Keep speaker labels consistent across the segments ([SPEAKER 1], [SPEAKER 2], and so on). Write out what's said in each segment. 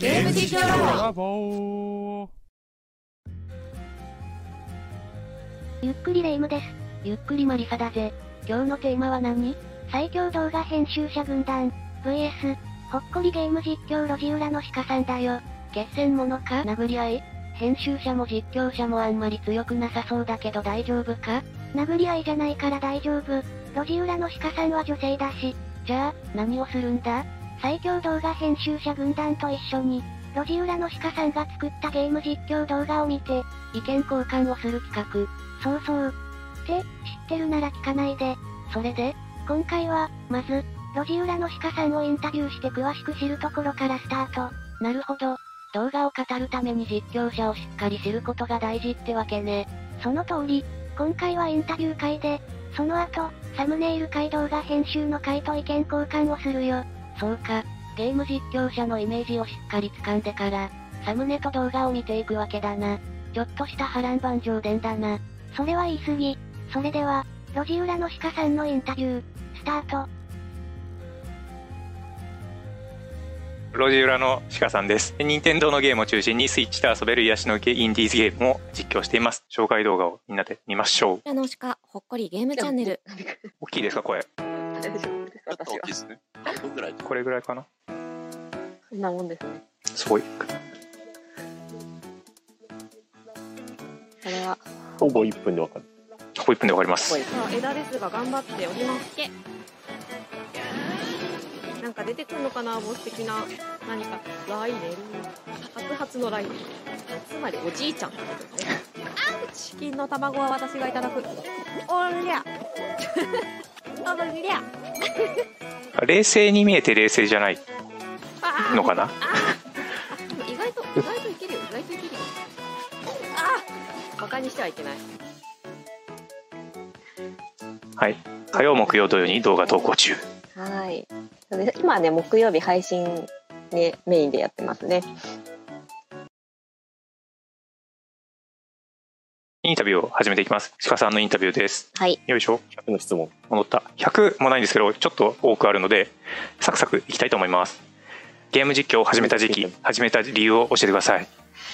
[SPEAKER 1] ゲーム実況ラ
[SPEAKER 2] ボ
[SPEAKER 3] ゆっくりレ夢ムです。ゆっくりマリサだぜ。今日のテーマは何最強動画編集者軍団、VS、ほっこりゲーム実況路地裏の鹿さんだよ。決戦ものか殴り合い編集者も実況者もあんまり強くなさそうだけど大丈夫か殴り合いじゃないから大丈夫。路地裏の鹿さんは女性だし。じゃあ、何をするんだ最強動画編集者軍団と一緒に、路地裏の鹿さんが作ったゲーム実況動画を見て、意見交換をする企画。そうそう。って、知ってるなら聞かないで。それで、今回は、まず、路地裏の鹿さんをインタビューして詳しく知るところからスタート。なるほど。動画を語るために実況者をしっかり知ることが大事ってわけね。その通り、今回はインタビュー会で、その後、サムネイル会動画編集の会と意見交換をするよ。そうか。ゲーム実況者のイメージをしっかり掴んでから、サムネと動画を見ていくわけだな。ちょっとした波乱万丈伝だな。それは言い過ぎ。それでは、路地裏の鹿さんのインタビュー、スタート。
[SPEAKER 4] ロジウラの鹿さんです。任天堂のゲームを中心にスイッチで遊べる癒しのゲインディーズゲームを実況しています。紹介動画をみんなで見ましょう。
[SPEAKER 5] ラノシカほっこりゲームチャンネル。
[SPEAKER 4] 大きいですか声。
[SPEAKER 6] 大丈夫です。
[SPEAKER 7] ちょっと
[SPEAKER 6] 私
[SPEAKER 7] 大
[SPEAKER 6] は
[SPEAKER 7] きいですね。半分ぐらいじゃん
[SPEAKER 4] これぐらいかな
[SPEAKER 6] そんなもんですね。
[SPEAKER 4] すごい。
[SPEAKER 6] それは
[SPEAKER 8] ほぼ1分でわかる。
[SPEAKER 4] ここ1分で終わりま
[SPEAKER 6] こ
[SPEAKER 4] す
[SPEAKER 6] れ。
[SPEAKER 5] さあ枝ですが頑張っておりますけ。なんか出てくるのかなボス的な何かライデル。初発のライデル。つまりおじいちゃんってことですね。チキンの卵は私がいただく。おりゃ。おりゃ。
[SPEAKER 4] 冷静に見えて冷静じゃない
[SPEAKER 5] あー
[SPEAKER 4] のかな
[SPEAKER 5] あでも意外と意外といけるよ意外といけるよああバカにしてはいけない
[SPEAKER 4] はい。火曜、木曜、土曜に動画投稿中。
[SPEAKER 6] はい。そうです今はね木曜日配信ねメインでやってますね。
[SPEAKER 4] インタビューを始めていきます。鹿さんのインタビューです。
[SPEAKER 6] はい。
[SPEAKER 4] よいしょ。
[SPEAKER 8] 100の質問。
[SPEAKER 4] 戻った100もないんですけどちょっと多くあるのでサクサクいきたいと思いますゲーム実況を始めた時期始めた理由を教えてください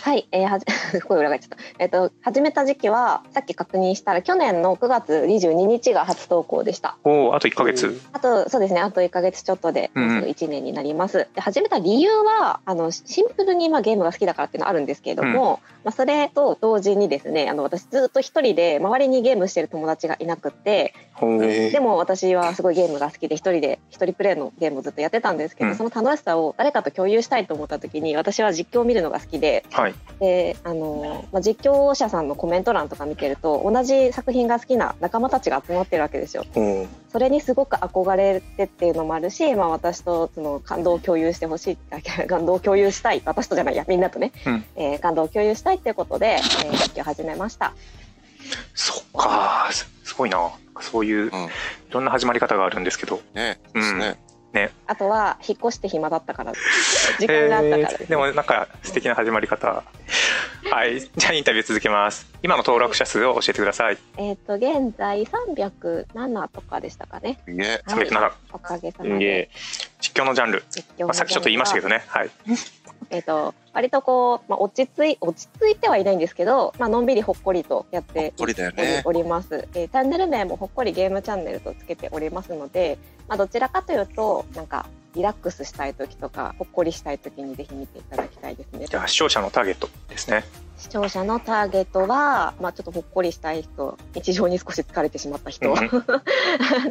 [SPEAKER 6] はい、えー、はじ 声裏返っちゃった。えっ、と始めた時期はさっき確認したら去年の9月22日が初投稿でした。
[SPEAKER 4] おおあと1ヶ月、
[SPEAKER 6] あとそうですねあと1ヶ月ちょっとで
[SPEAKER 4] うんうん
[SPEAKER 6] もうすぐ1年になります、で始めた理由はあのシンプルにまあゲームが好きだからっていうのはあるんですけれども、まあ、それと同時にですねあの私ずっと一人で周りにゲームしてる友達がいなくって
[SPEAKER 4] ほう
[SPEAKER 6] でも私はすごいゲームが好きで一人で一人プレイのゲームをずっとやってたんですけど、
[SPEAKER 4] うん
[SPEAKER 6] その楽しさを誰かと共有したいと思った時に私は実況を見るのが好きで
[SPEAKER 4] はい
[SPEAKER 6] であの、まあ、実況者さんのコメント欄とか見てると同じ作品が好きな仲間たちが集まってるわけですよ。
[SPEAKER 4] お
[SPEAKER 6] それにすごく憧れてっていうのもあるし、まあ、私とその感動を共有してほしい 感動を共有したい私とじゃないやみんなとね、
[SPEAKER 4] うん
[SPEAKER 6] えー感動を共有したいっていうことで、えー、実況を始めました
[SPEAKER 4] そっかすすごいなそういうい
[SPEAKER 7] うん
[SPEAKER 4] ろんな始まり方があるんですけど
[SPEAKER 7] ねえ、
[SPEAKER 4] う
[SPEAKER 7] で
[SPEAKER 4] ん
[SPEAKER 7] すね。
[SPEAKER 6] あとは引っ越して暇だったから時間があったから
[SPEAKER 4] えーでもなんか素敵な始まり方はいじゃあインタビュー続けます今の登録者数を教えてください
[SPEAKER 6] えっ、と現在307とかでしたかね
[SPEAKER 7] すげえ。
[SPEAKER 6] はい
[SPEAKER 4] 307
[SPEAKER 6] おかげさ
[SPEAKER 8] す
[SPEAKER 6] ま
[SPEAKER 8] げ
[SPEAKER 6] で
[SPEAKER 8] え。
[SPEAKER 4] 実況のジャンル、
[SPEAKER 6] 実況
[SPEAKER 4] まあ、さっきちょっと言いましたけどねはい
[SPEAKER 6] えっ、と割とこう、まあ、落ち着い落ち着いてはいないんですけど、まあのんびりほっこりとやって
[SPEAKER 7] これだよ
[SPEAKER 6] おり
[SPEAKER 7] ね。
[SPEAKER 6] おります、えーチャンネル名もほっこりゲームチャンネルとつけておりますので、まあ、どちらかというとなんかリラックスしたい時とかほっこりしたい時にぜひ見ていただきたいですね
[SPEAKER 4] じゃあ視聴者のターゲットですね
[SPEAKER 6] 視聴者のターゲットは、まあ、ちょっとほっこりしたい人日常に少し疲れてしまった人、
[SPEAKER 4] うん
[SPEAKER 6] あ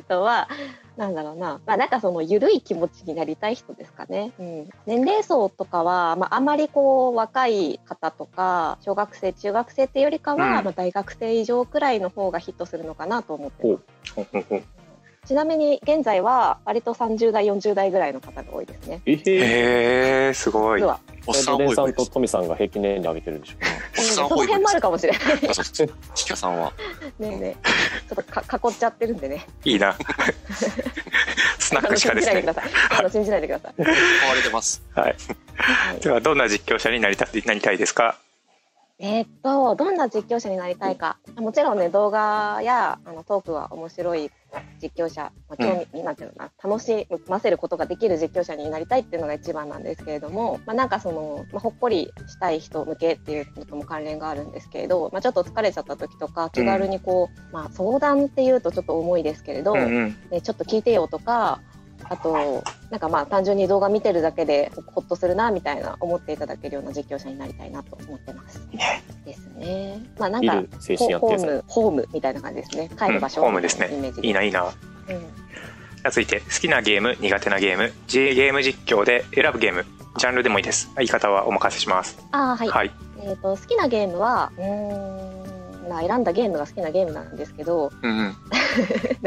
[SPEAKER 6] とはなんだろうな、まあ、なんかその緩い気持ちになりたい人ですかね、うん、年齢層とかは、まあ、あまりこう若い方とか小学生中学生っていうよりかは、
[SPEAKER 4] うん
[SPEAKER 6] まあ、大学生以上くらいの方がヒットするのかなと思ってます
[SPEAKER 4] ほうほうほう
[SPEAKER 6] ちなみに現在は割と30代40代ぐらいの方が多いですね。
[SPEAKER 8] えへえ。
[SPEAKER 4] へえすごい
[SPEAKER 6] 実は
[SPEAKER 7] おっさん多
[SPEAKER 8] ドレン
[SPEAKER 7] い
[SPEAKER 8] さ
[SPEAKER 7] 声
[SPEAKER 8] ん
[SPEAKER 7] で
[SPEAKER 8] と
[SPEAKER 7] す。
[SPEAKER 8] トミさんが平均年齢上げてるんでしょ。
[SPEAKER 7] おっさん
[SPEAKER 6] その
[SPEAKER 7] 多い声
[SPEAKER 6] 辺もある
[SPEAKER 7] で
[SPEAKER 6] かもしれない。ね
[SPEAKER 7] す。あ、そうです。ちかさんは。
[SPEAKER 6] えねえちょっとか囲っちゃってるんでね。
[SPEAKER 4] い いなスナック
[SPEAKER 6] 楽し
[SPEAKER 4] しか
[SPEAKER 6] ん
[SPEAKER 4] で
[SPEAKER 6] じ
[SPEAKER 4] す
[SPEAKER 6] ないで
[SPEAKER 4] ね
[SPEAKER 6] ください。楽しんじないでください。
[SPEAKER 7] 買われてます。
[SPEAKER 6] はい
[SPEAKER 4] ではどんな実況者になりたなりたいですか
[SPEAKER 6] えーっとどんな実況者になりたいかもちろんね動画やあのトークは面白い実況者、まあ、興味、なんていうのかな、楽しませることができる実況者になりたいっていうのが一番なんですけれども、まあ、なんかその、まあ、ほっこりしたい人向けっていうのとも関連があるんですけれど、まあ、ちょっと疲れちゃった時とか、気軽にこう、まあ、相談っていうとちょっと重いですけれど、
[SPEAKER 4] うんうん
[SPEAKER 6] ね、ちょっと聞いてよとかあとなんかまあ単純に動画見てるだけでほほっとするなみたいな思っていただけるような実況者になりたいなと思ってます。ですね。まあなん
[SPEAKER 8] 見
[SPEAKER 6] か
[SPEAKER 8] る精
[SPEAKER 6] ホ
[SPEAKER 8] 神安
[SPEAKER 6] ホ
[SPEAKER 8] 定
[SPEAKER 6] ー
[SPEAKER 8] さ。
[SPEAKER 6] ムホームみたいな感じですね。帰る場所、
[SPEAKER 4] うんホームですね
[SPEAKER 6] イメージで
[SPEAKER 4] いいな、いいな。
[SPEAKER 6] うん
[SPEAKER 4] 続いて好きなゲーム苦手なゲーム J ゲーム実況で選ぶゲームジャンルでもいいです言い方はお任せします
[SPEAKER 6] あーはい。
[SPEAKER 4] はい
[SPEAKER 6] えっ、と好きなゲームはうーんまあ選んだゲームが好きなゲームなんですけど、
[SPEAKER 4] うんうん
[SPEAKER 6] なん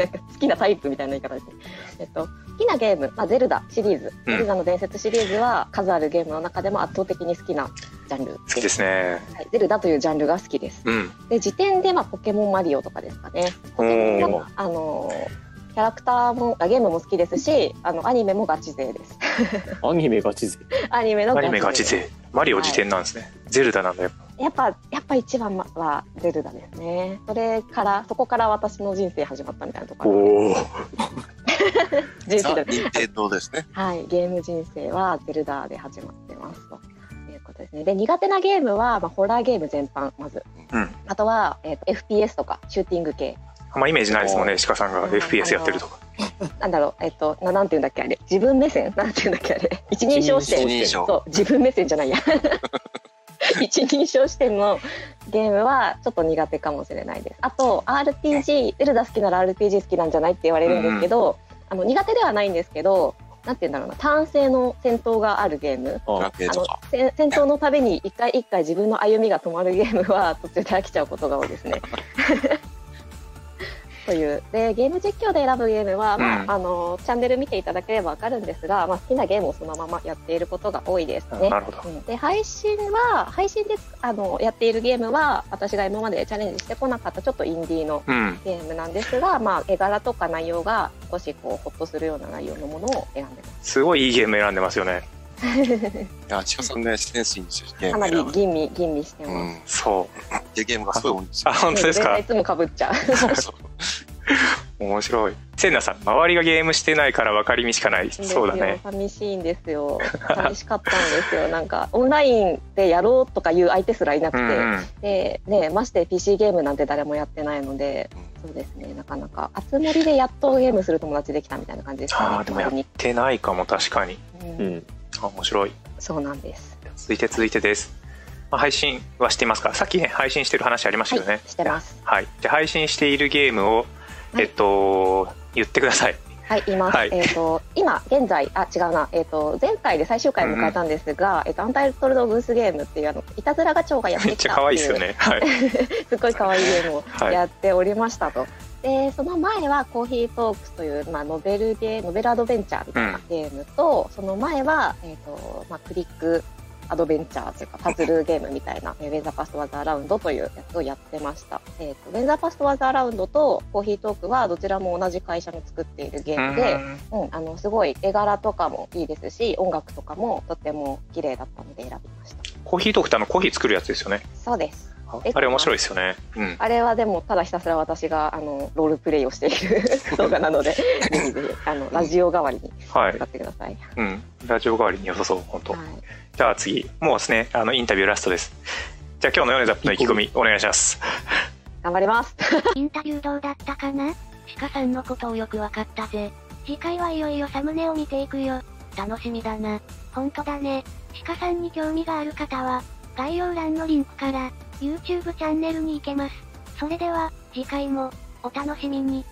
[SPEAKER 6] か好きなタイプみたいな言い方ですね。えっと、好きなゲーム、まあ、ゼルダシリーズ、
[SPEAKER 4] うん
[SPEAKER 6] ゼルダの伝説シリーズは数あるゲームの中でも圧倒的に好きなジャンル
[SPEAKER 4] 好きですね
[SPEAKER 6] はい、ゼルダというジャンルが好きです。
[SPEAKER 4] うん
[SPEAKER 6] で時点で、まあ、ポケモンマリオとかですかね。
[SPEAKER 4] お
[SPEAKER 8] で
[SPEAKER 4] ー
[SPEAKER 8] も
[SPEAKER 6] あのーキャラクターもあゲームも好きですしあのアニメもガチ勢です。
[SPEAKER 8] アニメガチ勢。
[SPEAKER 6] アニメの
[SPEAKER 4] アニメガチ
[SPEAKER 6] 勢
[SPEAKER 4] 勢マリオ辞典なんですね、ゼルダなんだやっぱ
[SPEAKER 6] やっぱやっぱ一番はゼルダですね。それからそこから私の人生始まったみたいなところ。
[SPEAKER 4] おお
[SPEAKER 6] 人
[SPEAKER 7] ザ
[SPEAKER 6] 生で・
[SPEAKER 7] 任天堂ですね。
[SPEAKER 6] はい、ゲーム人生はゼルダで始まってますということですね。で苦手なゲームは、まあ、ホラーゲーム全般まず、
[SPEAKER 4] うん
[SPEAKER 6] あとは、えーと FPS とかシューティング系
[SPEAKER 4] あんまイメージないですもんね鹿さん
[SPEAKER 6] う
[SPEAKER 4] が
[SPEAKER 6] ん
[SPEAKER 4] FPS やってるとか
[SPEAKER 6] なんだろうえっ、とななんていうんだっけあれ自分目線なんていうんだっけあ れ一人称視
[SPEAKER 7] 一
[SPEAKER 6] 点
[SPEAKER 7] 人称。
[SPEAKER 6] そう自分目線じゃないや 一人称視点のゲームはちょっと苦手かもしれないですあと RPG ゼルダ好きなら RPG 好きなんじゃないって言われるんですけど、あの苦手ではないんですけどなんて言うんだろうな単性の戦闘があるゲーム
[SPEAKER 7] ドラ
[SPEAKER 8] あ
[SPEAKER 7] クエ
[SPEAKER 6] あ
[SPEAKER 7] と
[SPEAKER 6] の
[SPEAKER 7] か。
[SPEAKER 6] せ戦闘のために一回一回自分の歩みが止まるゲームは途中で飽きちゃうことが多いです ね。というでゲーム実況で選ぶゲームは、まあ
[SPEAKER 4] うん
[SPEAKER 6] あのチャンネル見ていただければわかるんですが、まあ、好きなゲームをそのままやっていることが多いですね
[SPEAKER 4] な。るほど
[SPEAKER 6] うんで配信は配信であのやっているゲームは私が今までチャレンジしてこなかったちょっとインディーの
[SPEAKER 4] うん
[SPEAKER 6] ゲームなんですが、まあ、絵柄とか内容が少しこうホッとするような内容のものを選んでます
[SPEAKER 4] ごいいいゲーム選んでますよね
[SPEAKER 7] いや、チカさんね、センスいいんですよ。ゲー
[SPEAKER 6] か
[SPEAKER 7] ム
[SPEAKER 6] なり
[SPEAKER 7] 選ぶ。
[SPEAKER 6] 吟味吟味してます。
[SPEAKER 7] うん。
[SPEAKER 4] そう
[SPEAKER 7] で、ゲームがすごい多いんです
[SPEAKER 4] あ
[SPEAKER 7] よ。
[SPEAKER 4] 本当ですか
[SPEAKER 6] いつもかぶっちゃう。
[SPEAKER 7] そう そう。
[SPEAKER 4] 面白いせんなさん周りがゲームしてないから分かりみしかないそうだね
[SPEAKER 6] 寂しいんですよ。寂しかったんですよ。 なんかオンラインでやろうとかいう相手すらいな
[SPEAKER 4] う
[SPEAKER 6] くて、
[SPEAKER 4] んうん
[SPEAKER 6] でねまして PC ゲームなんて誰もやってないので、そうですねなかなか熱盛でやっとゲームする友達できたみたいな感じですかね。
[SPEAKER 4] あーでもやっ
[SPEAKER 6] 本
[SPEAKER 4] てないかも確かに
[SPEAKER 6] 当に
[SPEAKER 8] う
[SPEAKER 6] うん
[SPEAKER 8] ん。
[SPEAKER 4] あ面白い
[SPEAKER 6] そうなんです。
[SPEAKER 4] 続いて続いてです、まあ、配信はしていますかさっきね配信してる話ありました
[SPEAKER 6] はい
[SPEAKER 4] よね
[SPEAKER 6] してます。
[SPEAKER 4] はい、で配信しているゲームを、
[SPEAKER 6] はい
[SPEAKER 4] えっと言ってくださ い
[SPEAKER 6] はい、います。
[SPEAKER 4] はい
[SPEAKER 6] えっ、と、今、現在、あ、違うな、えっ、と、前回で最終回を迎えたんですが、えっ、と、アンタイトルドブースゲームっていう、あの、いたずらガチョウがやって
[SPEAKER 4] めっ
[SPEAKER 6] き
[SPEAKER 4] ち
[SPEAKER 6] た
[SPEAKER 4] ゃ
[SPEAKER 6] って
[SPEAKER 4] 可愛い
[SPEAKER 6] いう。
[SPEAKER 4] ですよねはい、
[SPEAKER 6] すごい可愛いゲームを
[SPEAKER 4] はい
[SPEAKER 6] やっておりましたと。でその前はコーヒートークスという、まあ、ノベルゲーノベルアドベンチャーみたいなゲームと、その前は、えーとまあ、クリックアドベンチャーというかパズルゲームみたいな「えーウェンザーパストワーズアラウンド」というやつをやってました、えーとウェンザーパストワーズアラウンドとコーヒートークはどちらも同じ会社の作っているゲ
[SPEAKER 4] う
[SPEAKER 6] ームで、
[SPEAKER 4] ん
[SPEAKER 6] うんあのすごい絵柄とかもいいですし音楽とかもとても綺麗だったので選びました
[SPEAKER 4] コーヒートークってあのコーヒー作るやつですよね
[SPEAKER 6] そうです
[SPEAKER 4] あ
[SPEAKER 6] え
[SPEAKER 4] あれ面白いですよねうん
[SPEAKER 6] あれはでもただひたすら私があのロールプレイをしている 動画なのでぜひぜひあのラジオ代わりに
[SPEAKER 4] はい
[SPEAKER 6] 使、ってください。
[SPEAKER 4] うん、ラジオ代わりに良さそう本当
[SPEAKER 6] はい、
[SPEAKER 4] じゃあ次もうですねあのインタビューラストですじゃあ今日のヨネザップの意気込みお願いします
[SPEAKER 6] 頑張ります。
[SPEAKER 3] インタビューどうだったかな鹿さんのことをよくわかったぜ。次回はいよいよサムネを見ていくよ。楽しみだな。ほんとだね。鹿さんに興味がある方は、概要欄のリンクから、YouTube チャンネルに行けます。それでは、次回も、お楽しみに。